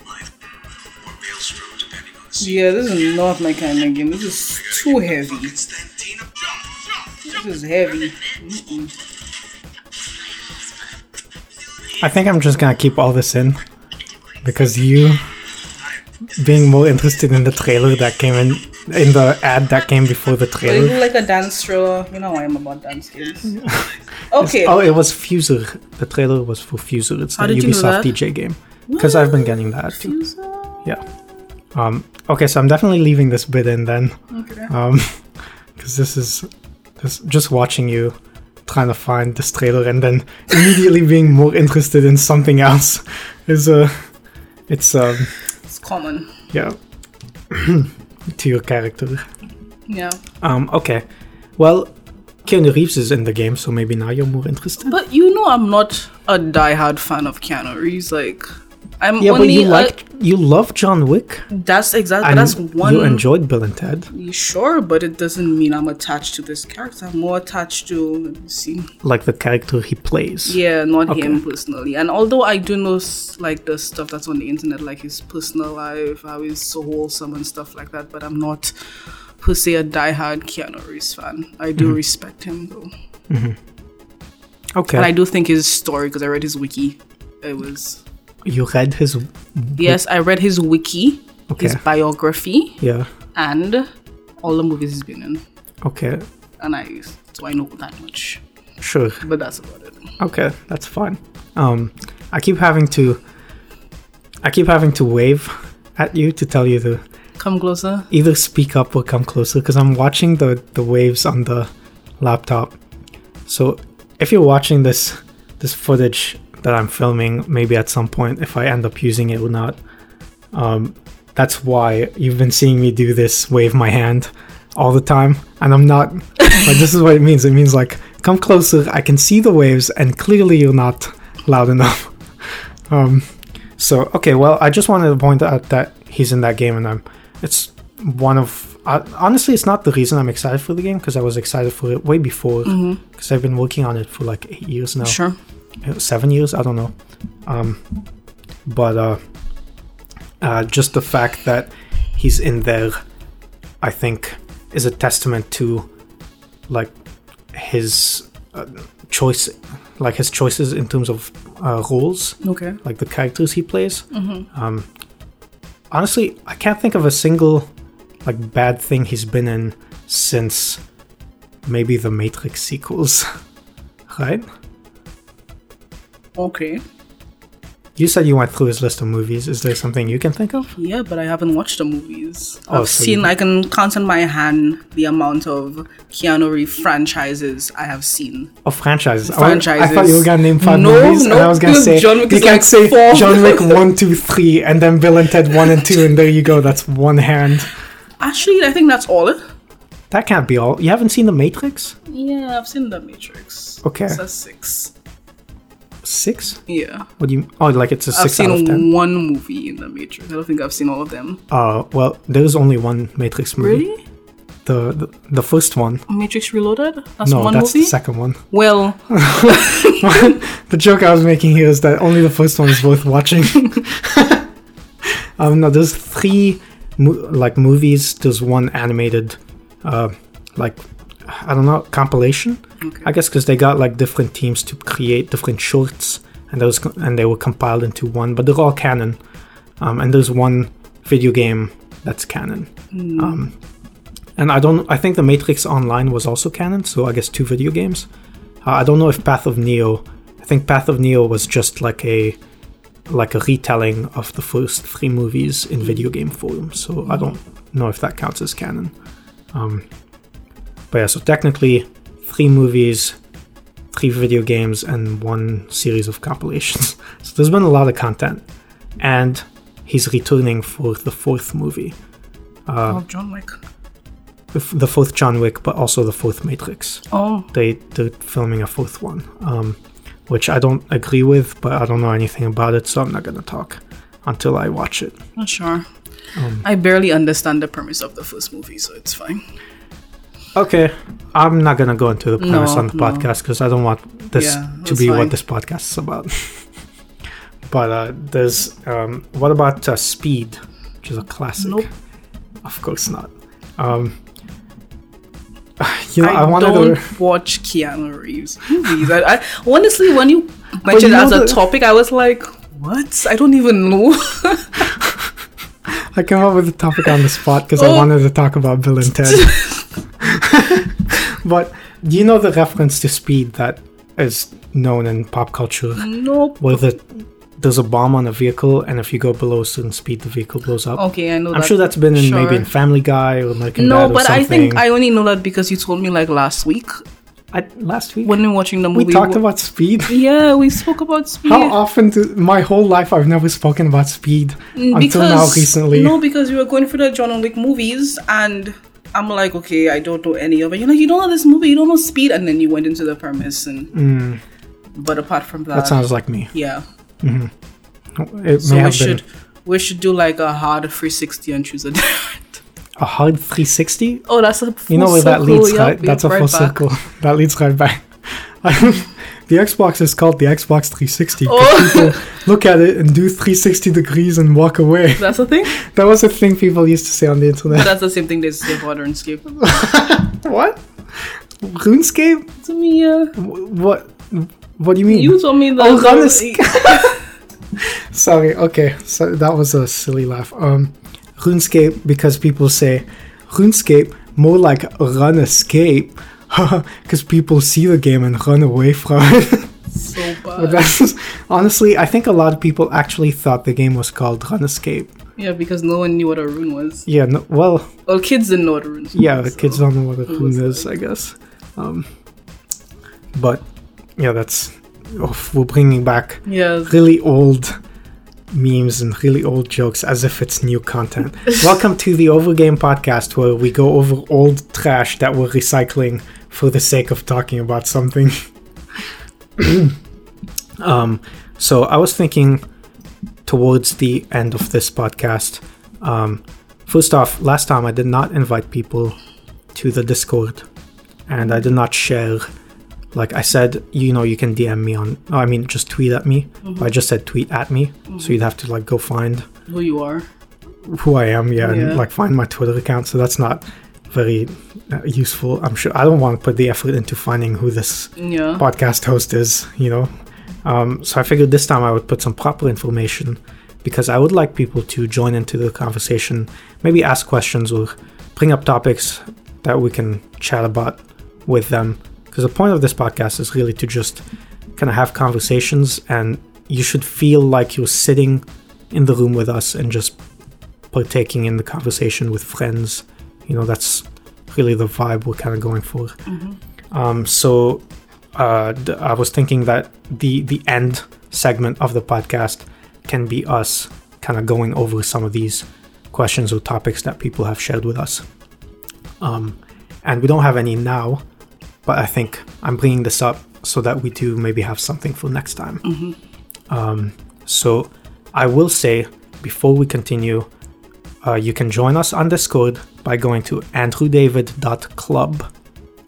[SPEAKER 3] or maelstrom, depending on the season.
[SPEAKER 2] Yeah, this is not my kind of game. This is too heavy.
[SPEAKER 3] Constantina, drop, drop,
[SPEAKER 2] This is heavy.
[SPEAKER 1] I think I'm just gonna keep all this in because you being more interested in the trailer that came in in the ad that came before the
[SPEAKER 2] But it
[SPEAKER 1] trailer.
[SPEAKER 2] looked like a dance thriller. You know I am about dance games.
[SPEAKER 1] [LAUGHS]
[SPEAKER 2] Okay.
[SPEAKER 1] Oh, it was Fuser. The trailer was for Fuser. It's the
[SPEAKER 2] How did you know
[SPEAKER 1] Ubisoft
[SPEAKER 2] that?
[SPEAKER 1] DJ game. Because I've been getting that too.
[SPEAKER 2] User.
[SPEAKER 1] Yeah. Um, okay, so I'm definitely leaving this bit in then,
[SPEAKER 2] Okay.
[SPEAKER 1] Uh, because this is just, just watching you trying to find this trailer and then immediately being more interested in something else is uh, it's um,
[SPEAKER 2] It's common.
[SPEAKER 1] yeah, [CLEARS THROAT] to your character.
[SPEAKER 2] Yeah.
[SPEAKER 1] Um, okay, well, Keanu Reeves is in the game, so maybe now you're more interested.
[SPEAKER 2] But you know I'm not a diehard fan of Keanu Reeves. Like I'm
[SPEAKER 1] Yeah, but
[SPEAKER 2] only
[SPEAKER 1] you
[SPEAKER 2] a-
[SPEAKER 1] like you love John Wick,
[SPEAKER 2] that's exactly
[SPEAKER 1] and
[SPEAKER 2] that's one
[SPEAKER 1] you enjoyed Bill and Ted.
[SPEAKER 2] sure, but it doesn't mean I'm attached to this character. I'm more attached to let me see.
[SPEAKER 1] like the character he plays.
[SPEAKER 2] Yeah, not
[SPEAKER 1] Okay.
[SPEAKER 2] him personally. And although I do know s- like the stuff that's on the internet, like his personal life, how he's so wholesome and stuff like that, but I'm not per se a diehard Keanu Reeves fan. I
[SPEAKER 1] Mm-hmm.
[SPEAKER 2] do respect him though,
[SPEAKER 1] Okay.
[SPEAKER 2] and I do think his story because I read his wiki. It was
[SPEAKER 1] you read his.
[SPEAKER 2] yes, I read his wiki,
[SPEAKER 1] Okay.
[SPEAKER 2] his biography,
[SPEAKER 1] Yeah.
[SPEAKER 2] and all the movies he's been in,
[SPEAKER 1] Okay.
[SPEAKER 2] and I so I know that much.
[SPEAKER 1] Sure.
[SPEAKER 2] But that's about it.
[SPEAKER 1] Okay. That's fine. Um, I keep having to. I keep having to wave at you to tell you to
[SPEAKER 2] Come closer.
[SPEAKER 1] either speak up or come closer because I'm watching the the waves on the laptop. So if you're watching this this footage that I'm filming, maybe at some point if I end up using it or not, um, that's why you've been seeing me do this wave my hand all the time, and I'm not. [LAUGHS] like this is what it means. It means like come closer. I can see the waves, and clearly you're not loud enough. [LAUGHS] Um, so okay, well, I just wanted to point out that he's in that game, and I'm. It's one of uh, honestly, it's not the reason I'm excited for the game because I was excited for it way before because I've been working on it for like eight years now,
[SPEAKER 2] Mm-hmm. Sure.
[SPEAKER 1] Uh, seven years, I don't know. Um, but uh, uh, just the fact that he's in there, I think, is a testament to like his uh, choice, like his choices in terms of uh, roles
[SPEAKER 2] Okay.
[SPEAKER 1] like the characters he plays.
[SPEAKER 2] Mm-hmm.
[SPEAKER 1] Um, honestly, I can't think of a single like bad thing he's been in since maybe the Matrix sequels, [LAUGHS] right?
[SPEAKER 2] Okay.
[SPEAKER 1] You said you went through his list of movies. Is there something you can think of?
[SPEAKER 2] Yeah, but I haven't watched the movies.
[SPEAKER 1] Oh,
[SPEAKER 2] I've
[SPEAKER 1] so
[SPEAKER 2] seen,
[SPEAKER 1] you-
[SPEAKER 2] I can count on my hand the amount of Keanu Reeves franchises I have seen.
[SPEAKER 1] Or franchises? I wa-
[SPEAKER 2] Franchises.
[SPEAKER 1] I, thought you were gonna name five
[SPEAKER 2] No,
[SPEAKER 1] movies,
[SPEAKER 2] no,
[SPEAKER 1] and I was gonna
[SPEAKER 2] because
[SPEAKER 1] say
[SPEAKER 2] John Wick
[SPEAKER 1] you
[SPEAKER 2] is
[SPEAKER 1] can't
[SPEAKER 2] like
[SPEAKER 1] say
[SPEAKER 2] four.
[SPEAKER 1] John
[SPEAKER 2] [LAUGHS]
[SPEAKER 1] Wick one, two, three, and then Bill and Ted one and two, and there you go. That's one hand.
[SPEAKER 2] Actually, I think that's all.
[SPEAKER 1] That can't be all. You haven't seen the Matrix?
[SPEAKER 2] Yeah, I've seen The Matrix.
[SPEAKER 1] Okay.
[SPEAKER 2] That's six.
[SPEAKER 1] six?
[SPEAKER 2] Yeah.
[SPEAKER 1] What do you? Oh, like it's a
[SPEAKER 2] I've
[SPEAKER 1] 6 out of ten.
[SPEAKER 2] seen one movie in The Matrix. I don't think I've seen all of them.
[SPEAKER 1] Uh, well, there's only one Matrix movie.
[SPEAKER 2] Really?
[SPEAKER 1] The, the the first one.
[SPEAKER 2] Matrix Reloaded? That's
[SPEAKER 1] no,
[SPEAKER 2] one
[SPEAKER 1] that's
[SPEAKER 2] movie?
[SPEAKER 1] the second Uh, one.
[SPEAKER 2] well,
[SPEAKER 1] [LAUGHS] The joke I was making here is that only the first one is worth watching. um, no, there's three mo- like movies. There's one animated, uh, like I don't know compilation.
[SPEAKER 2] Okay.
[SPEAKER 1] I guess because they got like different teams to create different shorts, and those co- and they were compiled into one. But they're all canon. Um, and there's one video game that's canon. Um, and I don't. I think the Matrix Online was also canon. So I guess two video games. Uh, I don't know if Path of Neo. I think Path of Neo was just like a like a retelling of the first three movies in video game form. So I don't know if that counts as canon. Um, but yeah, so technically three movies, three video games, and one series of compilations. [LAUGHS] so there's been a lot of content, and he's returning for the fourth movie,
[SPEAKER 2] oh, John Wick.
[SPEAKER 1] the f- the fourth John Wick, but also the fourth Matrix
[SPEAKER 2] Oh,
[SPEAKER 1] they they're filming a fourth one, um, which I don't agree with, but I don't know anything about it, so I'm not gonna talk until I watch it.
[SPEAKER 2] not sure.
[SPEAKER 1] um,
[SPEAKER 2] I barely understand the premise of the first movie, so it's fine.
[SPEAKER 1] Okay, I'm not gonna go into the premise
[SPEAKER 2] No,
[SPEAKER 1] on the
[SPEAKER 2] no.
[SPEAKER 1] podcast because I don't want this
[SPEAKER 2] Yeah,
[SPEAKER 1] to
[SPEAKER 2] that's
[SPEAKER 1] be
[SPEAKER 2] fine.
[SPEAKER 1] what this podcast is about. [LAUGHS] but uh, there's um, what about uh, Speed, which is a classic?
[SPEAKER 2] Nope.
[SPEAKER 1] Of course not. Um, [SIGHS] you know, I,
[SPEAKER 2] I,
[SPEAKER 1] wanted
[SPEAKER 2] don't
[SPEAKER 1] to.
[SPEAKER 2] watch Keanu Reeves movies. I, I, honestly, when you mentioned
[SPEAKER 1] you
[SPEAKER 2] it as
[SPEAKER 1] know
[SPEAKER 2] a
[SPEAKER 1] the-
[SPEAKER 2] topic, I was like, what? I don't even know. [LAUGHS]
[SPEAKER 1] I came up with the topic on the spot because I
[SPEAKER 2] Oh.
[SPEAKER 1] wanted to talk about Bill and
[SPEAKER 2] [LAUGHS]
[SPEAKER 1] Ted. but do you know the reference to speed that is known in pop culture?
[SPEAKER 2] nope.
[SPEAKER 1] Where the, there's a bomb on a vehicle, and if you go below a certain speed, the vehicle blows up.
[SPEAKER 2] Okay, I know
[SPEAKER 1] I'm
[SPEAKER 2] Oh, that.
[SPEAKER 1] sure that's been in maybe in
[SPEAKER 2] sure.
[SPEAKER 1] Family Guy or American
[SPEAKER 2] No,
[SPEAKER 1] Dad or
[SPEAKER 2] but I
[SPEAKER 1] something.
[SPEAKER 2] think I only know that because you told me like last week
[SPEAKER 1] I, last week
[SPEAKER 2] when we were watching the
[SPEAKER 1] we
[SPEAKER 2] movie.
[SPEAKER 1] talked
[SPEAKER 2] wh-
[SPEAKER 1] about
[SPEAKER 2] [LAUGHS]
[SPEAKER 1] speed.
[SPEAKER 2] Yeah, we spoke about speed.
[SPEAKER 1] How often? Do, my whole life, I've never spoken about speed until now recently.
[SPEAKER 2] No, Mm, because we were going through the John Wick movies and I'm like, okay, I don't know any of it. You're like, you don't know this movie, you don't know speed, and then you went into the premise and but apart from that,
[SPEAKER 1] Mm. that sounds like me.
[SPEAKER 2] yeah.
[SPEAKER 1] It
[SPEAKER 2] So
[SPEAKER 1] may
[SPEAKER 2] we
[SPEAKER 1] have
[SPEAKER 2] should
[SPEAKER 1] been
[SPEAKER 2] we should do like a hard 360 and choose a different.
[SPEAKER 1] a hard 360.
[SPEAKER 2] [LAUGHS] Oh, that's a full
[SPEAKER 1] You know where that
[SPEAKER 2] circle.
[SPEAKER 1] leads,
[SPEAKER 2] Yup,
[SPEAKER 1] right?
[SPEAKER 2] yup,
[SPEAKER 1] That's a
[SPEAKER 2] right
[SPEAKER 1] full
[SPEAKER 2] back.
[SPEAKER 1] circle. [LAUGHS] That leads right back. the Xbox is called the Xbox 360. 'cause
[SPEAKER 2] Oh.
[SPEAKER 1] [LAUGHS] People look at it and do 360 degrees and walk away.
[SPEAKER 2] [LAUGHS]
[SPEAKER 1] [LAUGHS]
[SPEAKER 2] That's the thing.
[SPEAKER 1] That was a thing people used to say on the
[SPEAKER 2] [LAUGHS]
[SPEAKER 1] internet.
[SPEAKER 2] That's the same thing they say
[SPEAKER 1] [LAUGHS]
[SPEAKER 2] about RuneScape.
[SPEAKER 1] what? RuneScape?
[SPEAKER 2] To me, yeah.
[SPEAKER 1] Wh- What? What do you mean?
[SPEAKER 2] You told me that.
[SPEAKER 1] Hmm. Oh, Sorry. Okay. So that was a silly laugh. Um, RuneScape because people say RuneScape more like run [LAUGHS] escape because people see the game and run away from it.
[SPEAKER 2] [LAUGHS]
[SPEAKER 1] [LAUGHS]
[SPEAKER 2] so
[SPEAKER 1] But
[SPEAKER 2] bad.
[SPEAKER 1] that's honestly, I think a lot of people actually thought the game was called Run Escape.
[SPEAKER 2] Yeah, because no one knew what a rune was.
[SPEAKER 1] Yeah, no, well,
[SPEAKER 2] Well, kids didn't know what a rune was.
[SPEAKER 1] yeah, the kids
[SPEAKER 2] so-
[SPEAKER 1] don't know what a rune
[SPEAKER 2] was
[SPEAKER 1] is, I guess. Um, but yeah, that's oof, we're bringing back
[SPEAKER 2] Yeah.
[SPEAKER 1] really old memes and really old jokes as if it's new content. Welcome to the Overgame podcast, where we go over old trash that we're recycling for the sake of talking about something. um, so I was thinking towards the end of this podcast. Um, first off, last time I did not invite people to the Discord, and I did not share like I said, you know, you can DM me on. oh, I mean, just tweet at me. I just said tweet at me, so you'd have to like go find
[SPEAKER 2] Who you are.
[SPEAKER 1] who I am, yeah,
[SPEAKER 2] Yeah.
[SPEAKER 1] and like find my Twitter account. So that's not very uh, useful. I'm sure I don't want to put the effort into finding who this
[SPEAKER 2] Yeah.
[SPEAKER 1] podcast host is, you know. Um, so I figured this time I would put some proper information because I would like people to join into the conversation, maybe ask questions or bring up topics that we can chat about with them. Because the point of this podcast is really to just kind of have conversations, and you should feel like you're sitting in the room with us and just partaking in the conversation with friends. You know, that's really the vibe we're kind of going for. Um, so uh, th- I was thinking that the the end segment of the podcast can be us kind of going over some of these questions or topics that people have shared with us. Um, and we don't have any now, but I think I'm bringing this up so that we do maybe have something for next time. Um,
[SPEAKER 2] Mm-hmm.
[SPEAKER 1] so I will say before we continue, uh, you can join us on Discord by going to andrewdavid.club.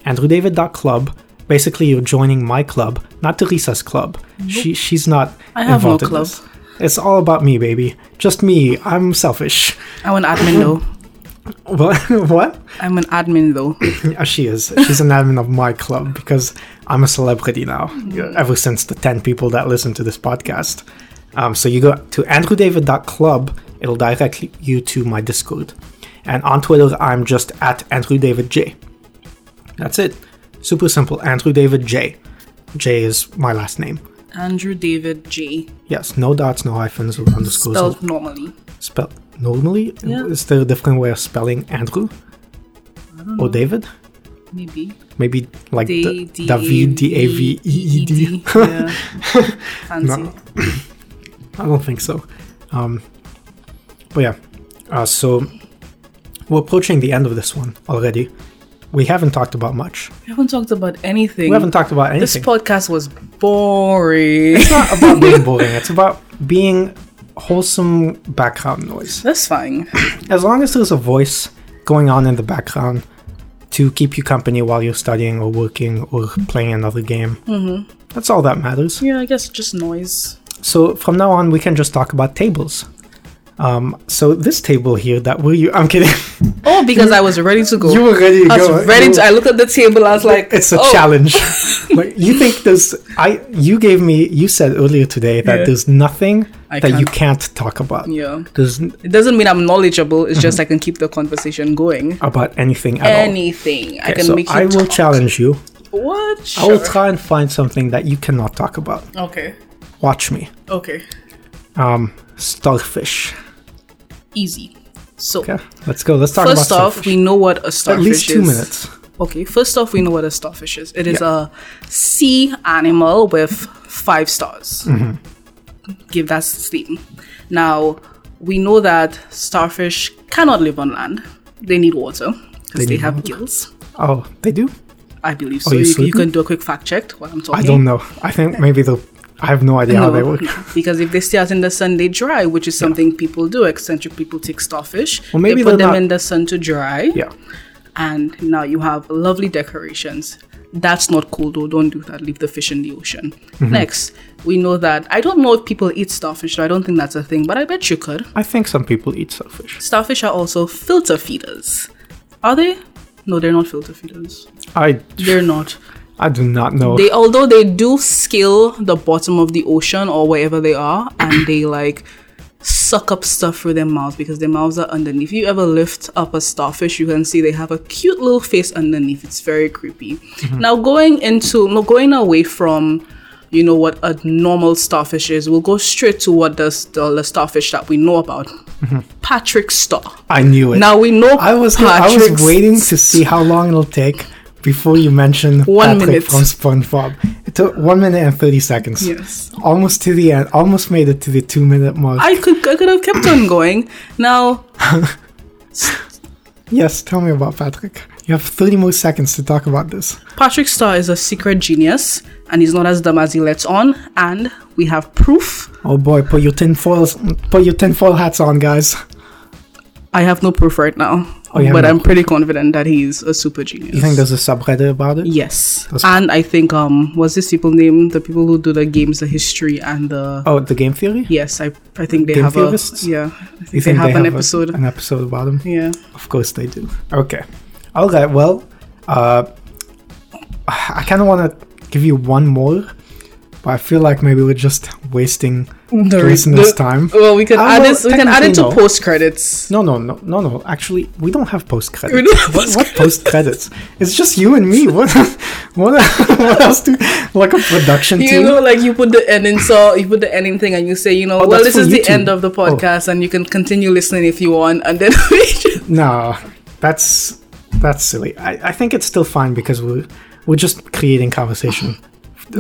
[SPEAKER 1] Andrewdavid.club. Basically, you're joining my club, not Teresa's club. She she's not.
[SPEAKER 2] I have no
[SPEAKER 1] involved in
[SPEAKER 2] club.
[SPEAKER 1] this. It's all about me, baby. Just me. I'm selfish. [LAUGHS]
[SPEAKER 2] I'm an
[SPEAKER 1] [COUGHS]
[SPEAKER 2] admin though.
[SPEAKER 1] What? [LAUGHS] what?
[SPEAKER 2] I'm an admin though.
[SPEAKER 1] Yeah, she is. She's an admin of my club because I'm a celebrity now. Ever since the ten people that listen to this podcast, um, so you go to andrewdavid.club. It'll direct you to my Discord, and on Twitter I'm just at andrewdavidj. That's it. Super simple. Andrew David J. J is my last name.
[SPEAKER 2] Andrew David J.
[SPEAKER 1] Yes, no dots, no hyphens, or underscores. or-
[SPEAKER 2] Spelled normally.
[SPEAKER 1] Spell normally.
[SPEAKER 2] Yeah.
[SPEAKER 1] Is there a different way of spelling Andrew or David?
[SPEAKER 2] Maybe.
[SPEAKER 1] Maybe like
[SPEAKER 2] D
[SPEAKER 1] D-
[SPEAKER 2] D
[SPEAKER 1] David, D A V E E D.
[SPEAKER 2] [LAUGHS] Yeah. Fancy.
[SPEAKER 1] [LAUGHS] I don't think so. Um, but yeah, uh, so we're approaching the end of this one already. We haven't talked about much.
[SPEAKER 2] We haven't talked about anything.
[SPEAKER 1] We haven't talked about
[SPEAKER 2] this
[SPEAKER 1] anything.
[SPEAKER 2] podcast was boring. [LAUGHS]
[SPEAKER 1] it's not about being boring. It's about being wholesome background noise.
[SPEAKER 2] That's fine.
[SPEAKER 1] As long as there's a voice going on in the background to keep you company while you're studying or working or playing another game, mm-hmm. that's all that matters.
[SPEAKER 2] Yeah, I guess just noise.
[SPEAKER 1] So from now on, we can just talk about tables. Um, so this table here that we're u- [LAUGHS] I'm kidding.
[SPEAKER 2] Oh, because I was ready to go.
[SPEAKER 1] You were ready to
[SPEAKER 2] I was
[SPEAKER 1] go.
[SPEAKER 2] ready
[SPEAKER 1] You-
[SPEAKER 2] to. I looked at the table. I was like,
[SPEAKER 1] [LAUGHS] it's a
[SPEAKER 2] oh, [LAUGHS]
[SPEAKER 1] challenge. like you think there's I you gave me you said earlier today that
[SPEAKER 2] Yeah.
[SPEAKER 1] there's nothing
[SPEAKER 2] I
[SPEAKER 1] that you
[SPEAKER 2] can't.
[SPEAKER 1] can't talk about.
[SPEAKER 2] Yeah.
[SPEAKER 1] There's n-
[SPEAKER 2] It doesn't mean I'm knowledgeable. It's
[SPEAKER 1] Mm-hmm.
[SPEAKER 2] just I can keep the conversation going.
[SPEAKER 1] about anything at all.
[SPEAKER 2] Anything I
[SPEAKER 1] Okay,
[SPEAKER 2] can
[SPEAKER 1] so
[SPEAKER 2] make. You
[SPEAKER 1] I will
[SPEAKER 2] talk.
[SPEAKER 1] challenge you.
[SPEAKER 2] What?
[SPEAKER 1] I will
[SPEAKER 2] Sure.
[SPEAKER 1] try and find something that you cannot talk about.
[SPEAKER 2] okay.
[SPEAKER 1] Watch me.
[SPEAKER 2] Okay.
[SPEAKER 1] Um, starfish.
[SPEAKER 2] Easy. So
[SPEAKER 1] Okay, let's go. Let's talk
[SPEAKER 2] first
[SPEAKER 1] about
[SPEAKER 2] off, we know what a
[SPEAKER 1] at
[SPEAKER 2] starfish is.
[SPEAKER 1] least two minutes.
[SPEAKER 2] Okay, first off, we know what a starfish is. It is
[SPEAKER 1] Yeah.
[SPEAKER 2] a sea animal with five stars.
[SPEAKER 1] Mm-hmm.
[SPEAKER 2] Give that statement. Now, we know that starfish cannot live on land. They need water because they,
[SPEAKER 1] need
[SPEAKER 2] have gills.
[SPEAKER 1] Oh, they do.
[SPEAKER 2] I believe so.
[SPEAKER 1] you
[SPEAKER 2] You, you
[SPEAKER 1] certain?
[SPEAKER 2] can do a quick fact check while I'm
[SPEAKER 1] I
[SPEAKER 2] talking.
[SPEAKER 1] don't know. I think maybe the I have no idea how they work.
[SPEAKER 2] no, because if they stay out in the sun, they dry, which is something people do. Eccentric people take starfish,
[SPEAKER 1] Well, maybe
[SPEAKER 2] they put
[SPEAKER 1] they're
[SPEAKER 2] them
[SPEAKER 1] not-
[SPEAKER 2] in the sun to dry,
[SPEAKER 1] Yeah.
[SPEAKER 2] and now you have lovely decorations. That's not cool though. Don't do that. Leave the fish in the ocean. Next, we know that I don't know if people eat starfish. So I don't think that's a thing, but I bet you could.
[SPEAKER 1] I think some people eat starfish.
[SPEAKER 2] Starfish are also filter feeders. Are they? No, they're not filter feeders.
[SPEAKER 1] I
[SPEAKER 2] They're not.
[SPEAKER 1] I do not know.
[SPEAKER 2] They although they do scale the bottom of the ocean or wherever they are, and they like suck up stuff through their mouths because their mouths are underneath. If you ever lift up a starfish, you can see they have a cute little face underneath. It's very creepy.
[SPEAKER 1] Mm-hmm.
[SPEAKER 2] Now going into no going away from you know what a normal starfish is, we'll go straight to what does the, the starfish that we know about. Patrick Star.
[SPEAKER 1] I knew it.
[SPEAKER 2] Now we know
[SPEAKER 1] Mm-hmm. I was I
[SPEAKER 2] Patrick's-
[SPEAKER 1] was waiting to see how long it'll take before you mention
[SPEAKER 2] One
[SPEAKER 1] Patrick
[SPEAKER 2] minute.
[SPEAKER 1] from SpongeBob. It took one minute and thirty seconds.
[SPEAKER 2] Yes.
[SPEAKER 1] Almost to the end. Almost made it to the two minute mark.
[SPEAKER 2] I could I could have kept on going. Now
[SPEAKER 1] yes, tell me about Patrick. You have thirty more seconds to talk about this.
[SPEAKER 2] Patrick Starr is a secret genius, and he's not as dumb as he lets on. And we have proof.
[SPEAKER 1] Oh boy, put your tin foils put your tin foil hats on, guys.
[SPEAKER 2] I have no proof right now,
[SPEAKER 1] Oh, you have
[SPEAKER 2] but
[SPEAKER 1] no
[SPEAKER 2] I'm pretty confident that he's a super genius.
[SPEAKER 1] You think there's a subreddit about it?
[SPEAKER 2] Yes,
[SPEAKER 1] That's-
[SPEAKER 2] and I think um, what's this people name? The people who do the games, the history, and the
[SPEAKER 1] Oh, the game theory?
[SPEAKER 2] yes, I I think they
[SPEAKER 1] Game
[SPEAKER 2] have
[SPEAKER 1] theorists?
[SPEAKER 2] a yeah. I think they have an
[SPEAKER 1] a-
[SPEAKER 2] episode.
[SPEAKER 1] an episode about him?
[SPEAKER 2] yeah,
[SPEAKER 1] Of course they do. Okay. All right. Well, uh, [SIGHS] I kind of want to give you one more, but I feel like maybe we're just
[SPEAKER 2] [LAUGHS]
[SPEAKER 1] wasting the listeners' time.
[SPEAKER 2] Well, we can
[SPEAKER 1] Ah,
[SPEAKER 2] add
[SPEAKER 1] well,
[SPEAKER 2] this. We can add it to
[SPEAKER 1] technically, no.
[SPEAKER 2] post credits.
[SPEAKER 1] No, no, no, no, no. Actually, we don't have post credits.
[SPEAKER 2] We don't have
[SPEAKER 1] what, what post credits? It's just you and me. What? [LAUGHS] What? what else do? Like a production
[SPEAKER 2] You
[SPEAKER 1] team.
[SPEAKER 2] know, like you put the ending so you put the ending thing and you say, you know,
[SPEAKER 1] Oh, that's
[SPEAKER 2] well, this is
[SPEAKER 1] for
[SPEAKER 2] the
[SPEAKER 1] YouTube.
[SPEAKER 2] end of the podcast and you can continue listening if you want. And then [LAUGHS] we just,
[SPEAKER 1] No, that's that's silly. I, I think it's still fine because we're we're just creating conversation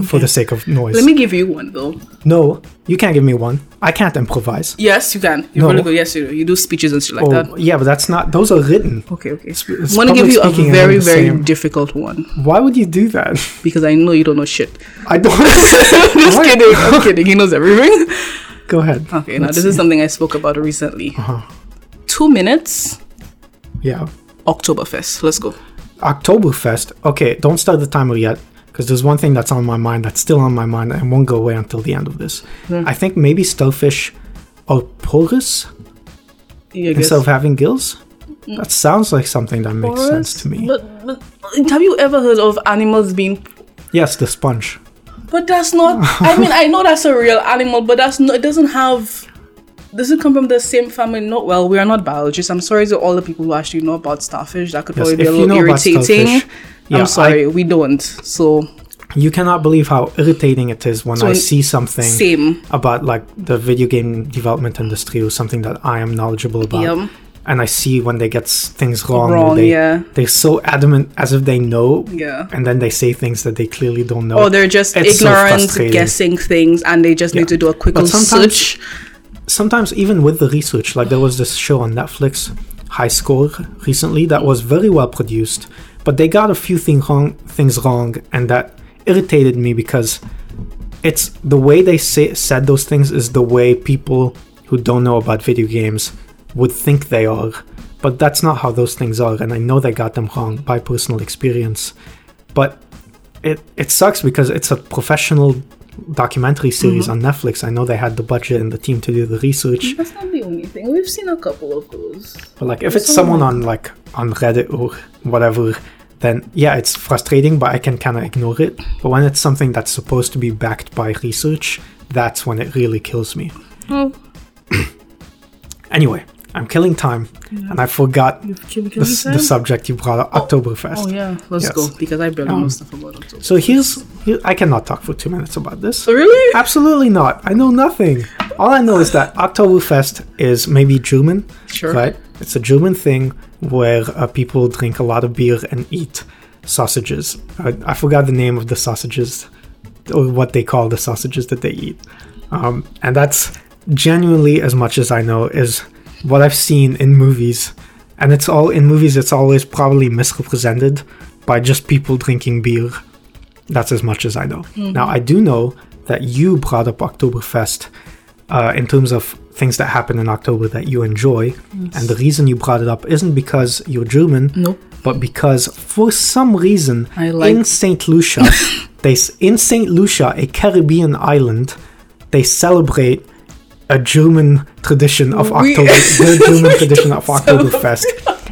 [SPEAKER 1] for the sake of noise.
[SPEAKER 2] Let me give you one though.
[SPEAKER 1] no, you can't give me one. I can't improvise.
[SPEAKER 2] Yes, you can. You're
[SPEAKER 1] No.
[SPEAKER 2] really good. Yes, you do. You do speeches and shit like that.
[SPEAKER 1] Oh, yeah, but that's not. Those are written.
[SPEAKER 2] Okay, okay.
[SPEAKER 1] it's
[SPEAKER 2] I want to give
[SPEAKER 1] public
[SPEAKER 2] you a
[SPEAKER 1] speaking and
[SPEAKER 2] very,
[SPEAKER 1] then the
[SPEAKER 2] very
[SPEAKER 1] same.
[SPEAKER 2] difficult one
[SPEAKER 1] Why would you do that? [LAUGHS]
[SPEAKER 2] because I know you don't know shit.
[SPEAKER 1] I
[SPEAKER 2] [LAUGHS]
[SPEAKER 1] don't. [LAUGHS]
[SPEAKER 2] Just
[SPEAKER 1] Why-
[SPEAKER 2] kidding.
[SPEAKER 1] [LAUGHS]
[SPEAKER 2] I'm kidding. He knows everything.
[SPEAKER 1] Go ahead.
[SPEAKER 2] Okay, now
[SPEAKER 1] Let's
[SPEAKER 2] this
[SPEAKER 1] see.
[SPEAKER 2] is something I spoke about recently.
[SPEAKER 1] Uh-huh.
[SPEAKER 2] Two minutes,
[SPEAKER 1] Yeah.
[SPEAKER 2] Oktoberfest. Let's go.
[SPEAKER 1] Oktoberfest. Okay, don't start the timer yet, because there's one thing that's on my mind that's still on my mind and won't go away until the end of this.
[SPEAKER 2] Hmm.
[SPEAKER 1] I think maybe starfish are porous
[SPEAKER 2] Yeah, I guess.
[SPEAKER 1] instead of having gills. That sounds like something that makes sense to me.
[SPEAKER 2] But, but have you ever heard of animals being?
[SPEAKER 1] Yes, the sponge.
[SPEAKER 2] But that's not. I mean, I know that's a real animal, but that's not. It doesn't have. Does it come from the same family? No. Well, we are not biologists. I'm sorry to all the people who actually know about starfish. That could
[SPEAKER 1] Yes,
[SPEAKER 2] probably be
[SPEAKER 1] if
[SPEAKER 2] a
[SPEAKER 1] you
[SPEAKER 2] little
[SPEAKER 1] know about
[SPEAKER 2] irritating.
[SPEAKER 1] starfish, yeah,
[SPEAKER 2] I'm sorry, we don't. So
[SPEAKER 1] You cannot believe how irritating it is when I
[SPEAKER 2] in-
[SPEAKER 1] see something
[SPEAKER 2] same.
[SPEAKER 1] about like the video game development industry or something that I am knowledgeable about.
[SPEAKER 2] Yep.
[SPEAKER 1] And I see when they get s- things wrong. or
[SPEAKER 2] Wrong,
[SPEAKER 1] they,
[SPEAKER 2] yeah.
[SPEAKER 1] They're so adamant as if they know.
[SPEAKER 2] Yeah. Oh,
[SPEAKER 1] And then they say things that they clearly don't know.
[SPEAKER 2] Or they're just
[SPEAKER 1] It's so
[SPEAKER 2] ignorant,
[SPEAKER 1] frustrating.
[SPEAKER 2] guessing things, and they just need to do a quick
[SPEAKER 1] But
[SPEAKER 2] little
[SPEAKER 1] sometimes-
[SPEAKER 2] search.
[SPEAKER 1] Sometimes, even with the research, like there was this show on Netflix, High Score, recently, that was very well produced, but they got a few thing wrong, things wrong, and that irritated me because it's the way they say, said those things is the way people who don't know about video games would think they are. But that's not how those things are, and I know they got them wrong by personal experience. But it it sucks because it's a professional documentary series on Netflix. I know they had the budget and the team to do the research,
[SPEAKER 2] That's not the only thing. We've seen a couple of those.
[SPEAKER 1] but like if it's someone on like on Reddit or whatever, then yeah, it's frustrating, but I can kind of ignore it. But when it's something that's supposed to be backed by research, that's when it really kills me.
[SPEAKER 2] Oh,
[SPEAKER 1] Anyway, I'm killing time, and I forgot the,
[SPEAKER 2] can we go
[SPEAKER 1] s- the subject you brought up, Oktoberfest.
[SPEAKER 2] Oh yeah, let's
[SPEAKER 1] Yes. Um,
[SPEAKER 2] go because I barely know stuff about it.
[SPEAKER 1] So here's here, I cannot talk for two minutes about this.
[SPEAKER 2] really?
[SPEAKER 1] Absolutely not. I know nothing. All I know is that Oktoberfest is maybe German,
[SPEAKER 2] Sure.
[SPEAKER 1] right? It's a German thing where uh, people drink a lot of beer and eat sausages. I, I forgot the name of the sausages or what they call the sausages that they eat. Um, and that's genuinely as much as I know is what I've seen in movies. And it's all in movies, it's always probably misrepresented by just people drinking beer. That's as much as I know.
[SPEAKER 2] Mm-hmm.
[SPEAKER 1] Now, I do know that you brought up Oktoberfest uh, in terms of things that happen in October that you enjoy. And the reason you brought it up isn't because you're German,
[SPEAKER 2] Nope.
[SPEAKER 1] but because for some reason
[SPEAKER 2] I like-
[SPEAKER 1] in St.
[SPEAKER 2] [LAUGHS]
[SPEAKER 1] Lucia, they s- in St. Lucia, a Caribbean island, they celebrate a German tradition of
[SPEAKER 2] We-
[SPEAKER 1] October, the
[SPEAKER 2] [LAUGHS]
[SPEAKER 1] German tradition of Oktoberfest.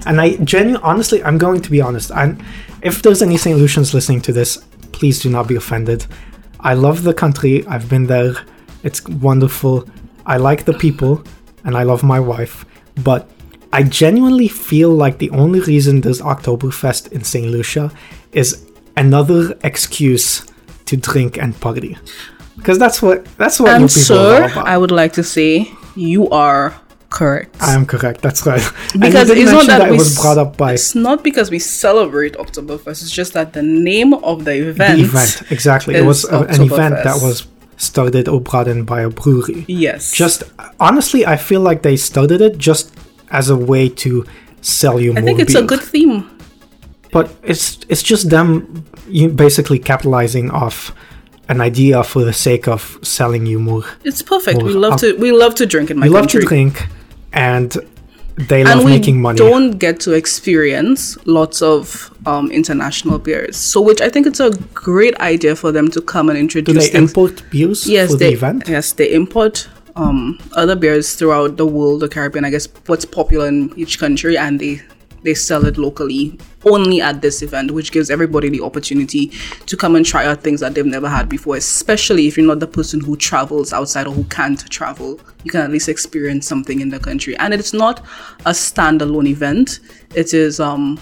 [SPEAKER 1] And I genuinely, honestly, I'm going to be honest. And if there's any St. Lucians listening to this, please do not be offended. I love the country. I've been there. It's wonderful. I like the people, and I love my wife. But I genuinely feel like the only reason there's Oktoberfest in St. Lucia is another excuse to drink and party. Because that's what that's what you
[SPEAKER 2] And
[SPEAKER 1] people are all
[SPEAKER 2] sir,
[SPEAKER 1] about.
[SPEAKER 2] I would like to say you are correct.
[SPEAKER 1] I am correct. That's right. [LAUGHS] And you
[SPEAKER 2] Because
[SPEAKER 1] did
[SPEAKER 2] it's not
[SPEAKER 1] mention
[SPEAKER 2] that we
[SPEAKER 1] it was
[SPEAKER 2] s-
[SPEAKER 1] brought up by
[SPEAKER 2] it's not because we celebrate Oktoberfest. It's just that the name of the event.
[SPEAKER 1] the event. Exactly, it was
[SPEAKER 2] is
[SPEAKER 1] a- an event that
[SPEAKER 2] Oktoberfest.
[SPEAKER 1] was started or brought in by a brewery.
[SPEAKER 2] Yes.
[SPEAKER 1] Just honestly, I feel like they started it just as a way to sell you
[SPEAKER 2] I
[SPEAKER 1] more
[SPEAKER 2] think it's
[SPEAKER 1] beer.
[SPEAKER 2] a good theme.
[SPEAKER 1] but it's it's just them you basically capitalizing off an idea for the sake of selling you more.
[SPEAKER 2] It's perfect. we
[SPEAKER 1] Well,
[SPEAKER 2] love
[SPEAKER 1] I'll-
[SPEAKER 2] to we love to drink in my
[SPEAKER 1] You love
[SPEAKER 2] country.
[SPEAKER 1] to drink, and they love
[SPEAKER 2] and we
[SPEAKER 1] making money.
[SPEAKER 2] don't get to experience lots of um, international beers. So, which I think it's a great idea for them to come and
[SPEAKER 1] Do
[SPEAKER 2] introduce
[SPEAKER 1] they
[SPEAKER 2] things.
[SPEAKER 1] import beers
[SPEAKER 2] yes,
[SPEAKER 1] for
[SPEAKER 2] they
[SPEAKER 1] the event?
[SPEAKER 2] yes they import um, other beers throughout the world, the Caribbean. I guess what's popular in each country, and they they sell it locally only at this event, which gives everybody the opportunity to come and try out things that they've never had before. Especially if you're not the person who travels outside or who can't travel, you can at least experience something in the country. And it's not a standalone event. It is um,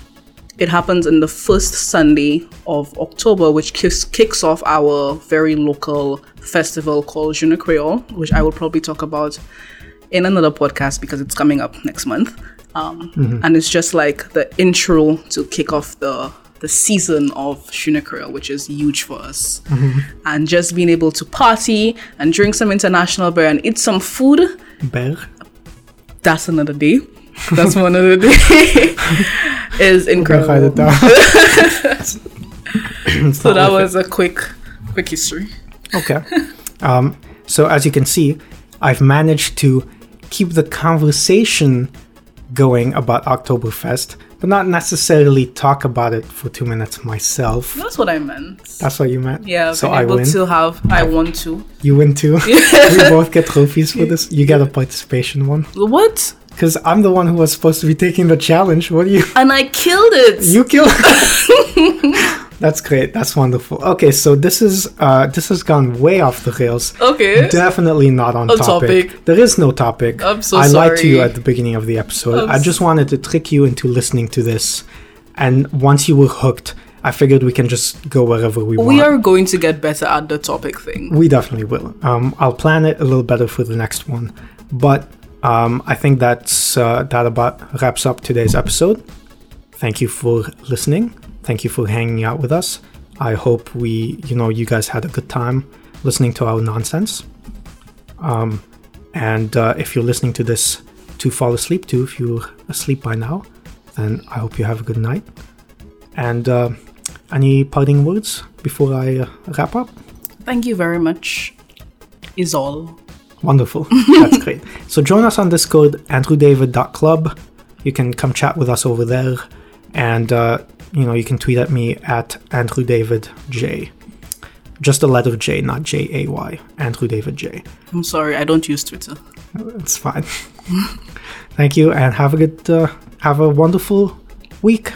[SPEAKER 2] it happens in the first Sunday of October, which kicks, kicks off our very local festival called Juno Creole, which I will probably talk about in another podcast because it's coming up next month. Um, And it's just like the intro to kick off the the season of Shunakura, which is huge for us. And just being able to party and drink some international beer and eat some food,
[SPEAKER 1] Bear.
[SPEAKER 2] that's another day. That's one another [LAUGHS] day. [LAUGHS] is
[SPEAKER 1] Gonna hide it
[SPEAKER 2] incredible.
[SPEAKER 1] down. It's
[SPEAKER 2] So
[SPEAKER 1] not
[SPEAKER 2] that
[SPEAKER 1] worth it.
[SPEAKER 2] was a quick, quick history.
[SPEAKER 1] [LAUGHS] Okay. Um, so as you can see, I've managed to keep the conversation going about Oktoberfest, but not necessarily talk about it for two minutes myself.
[SPEAKER 2] That's what I meant.
[SPEAKER 1] That's what you meant.
[SPEAKER 2] Yeah,
[SPEAKER 1] So
[SPEAKER 2] being
[SPEAKER 1] I
[SPEAKER 2] able
[SPEAKER 1] win.
[SPEAKER 2] to have I want to.
[SPEAKER 1] You win too.
[SPEAKER 2] [LAUGHS]
[SPEAKER 1] we both get trophies for this. You get a participation one
[SPEAKER 2] What?
[SPEAKER 1] because I'm the one who was supposed to be taking the challenge. What do you?
[SPEAKER 2] And I killed it.
[SPEAKER 1] You
[SPEAKER 2] [LAUGHS]
[SPEAKER 1] kill. That's great. That's wonderful. Okay, so this is uh, this has gone way off the rails.
[SPEAKER 2] okay.
[SPEAKER 1] Definitely not on
[SPEAKER 2] On
[SPEAKER 1] topic.
[SPEAKER 2] topic.
[SPEAKER 1] There is no topic.
[SPEAKER 2] I'm so
[SPEAKER 1] I lied to you
[SPEAKER 2] sorry.
[SPEAKER 1] at the beginning of the episode.
[SPEAKER 2] I'm
[SPEAKER 1] i just wanted to trick you into listening to this, and once you were hooked, I figured we can just go wherever we, want.
[SPEAKER 2] we are going to get better at the topic thing.
[SPEAKER 1] We definitely will. Um, I'll plan it a little better for the next one, but um, I think that's uh, that about wraps up today's episode. Thank you for listening. Thank you for hanging out with us. I hope we, you know, you guys had a good time listening to our nonsense. Um, and uh, if you're listening to this to fall asleep to, if you're asleep by now, then I hope you have a good night. And uh, any parting words before I uh, wrap up?
[SPEAKER 2] Thank you very much. Is all.
[SPEAKER 1] Wonderful. That's great. So join us on Discord, andrewdavid.club. You can come chat with us over there. And, uh, you know, you can tweet at me at andrewdavidj. Just the letter J, not J-A-Y. Andrew David J.
[SPEAKER 2] I'm sorry, I don't use Twitter.
[SPEAKER 1] It's
[SPEAKER 2] [LAUGHS]
[SPEAKER 1] fine. Thank you, and have a good, uh, have a wonderful week.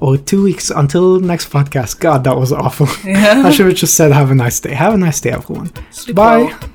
[SPEAKER 1] Or two weeks until next [LAUGHS] podcast. God, that was awful. I should have just said have a nice day. Have a nice day, everyone.
[SPEAKER 2] Sleep
[SPEAKER 1] Bye.
[SPEAKER 2] well.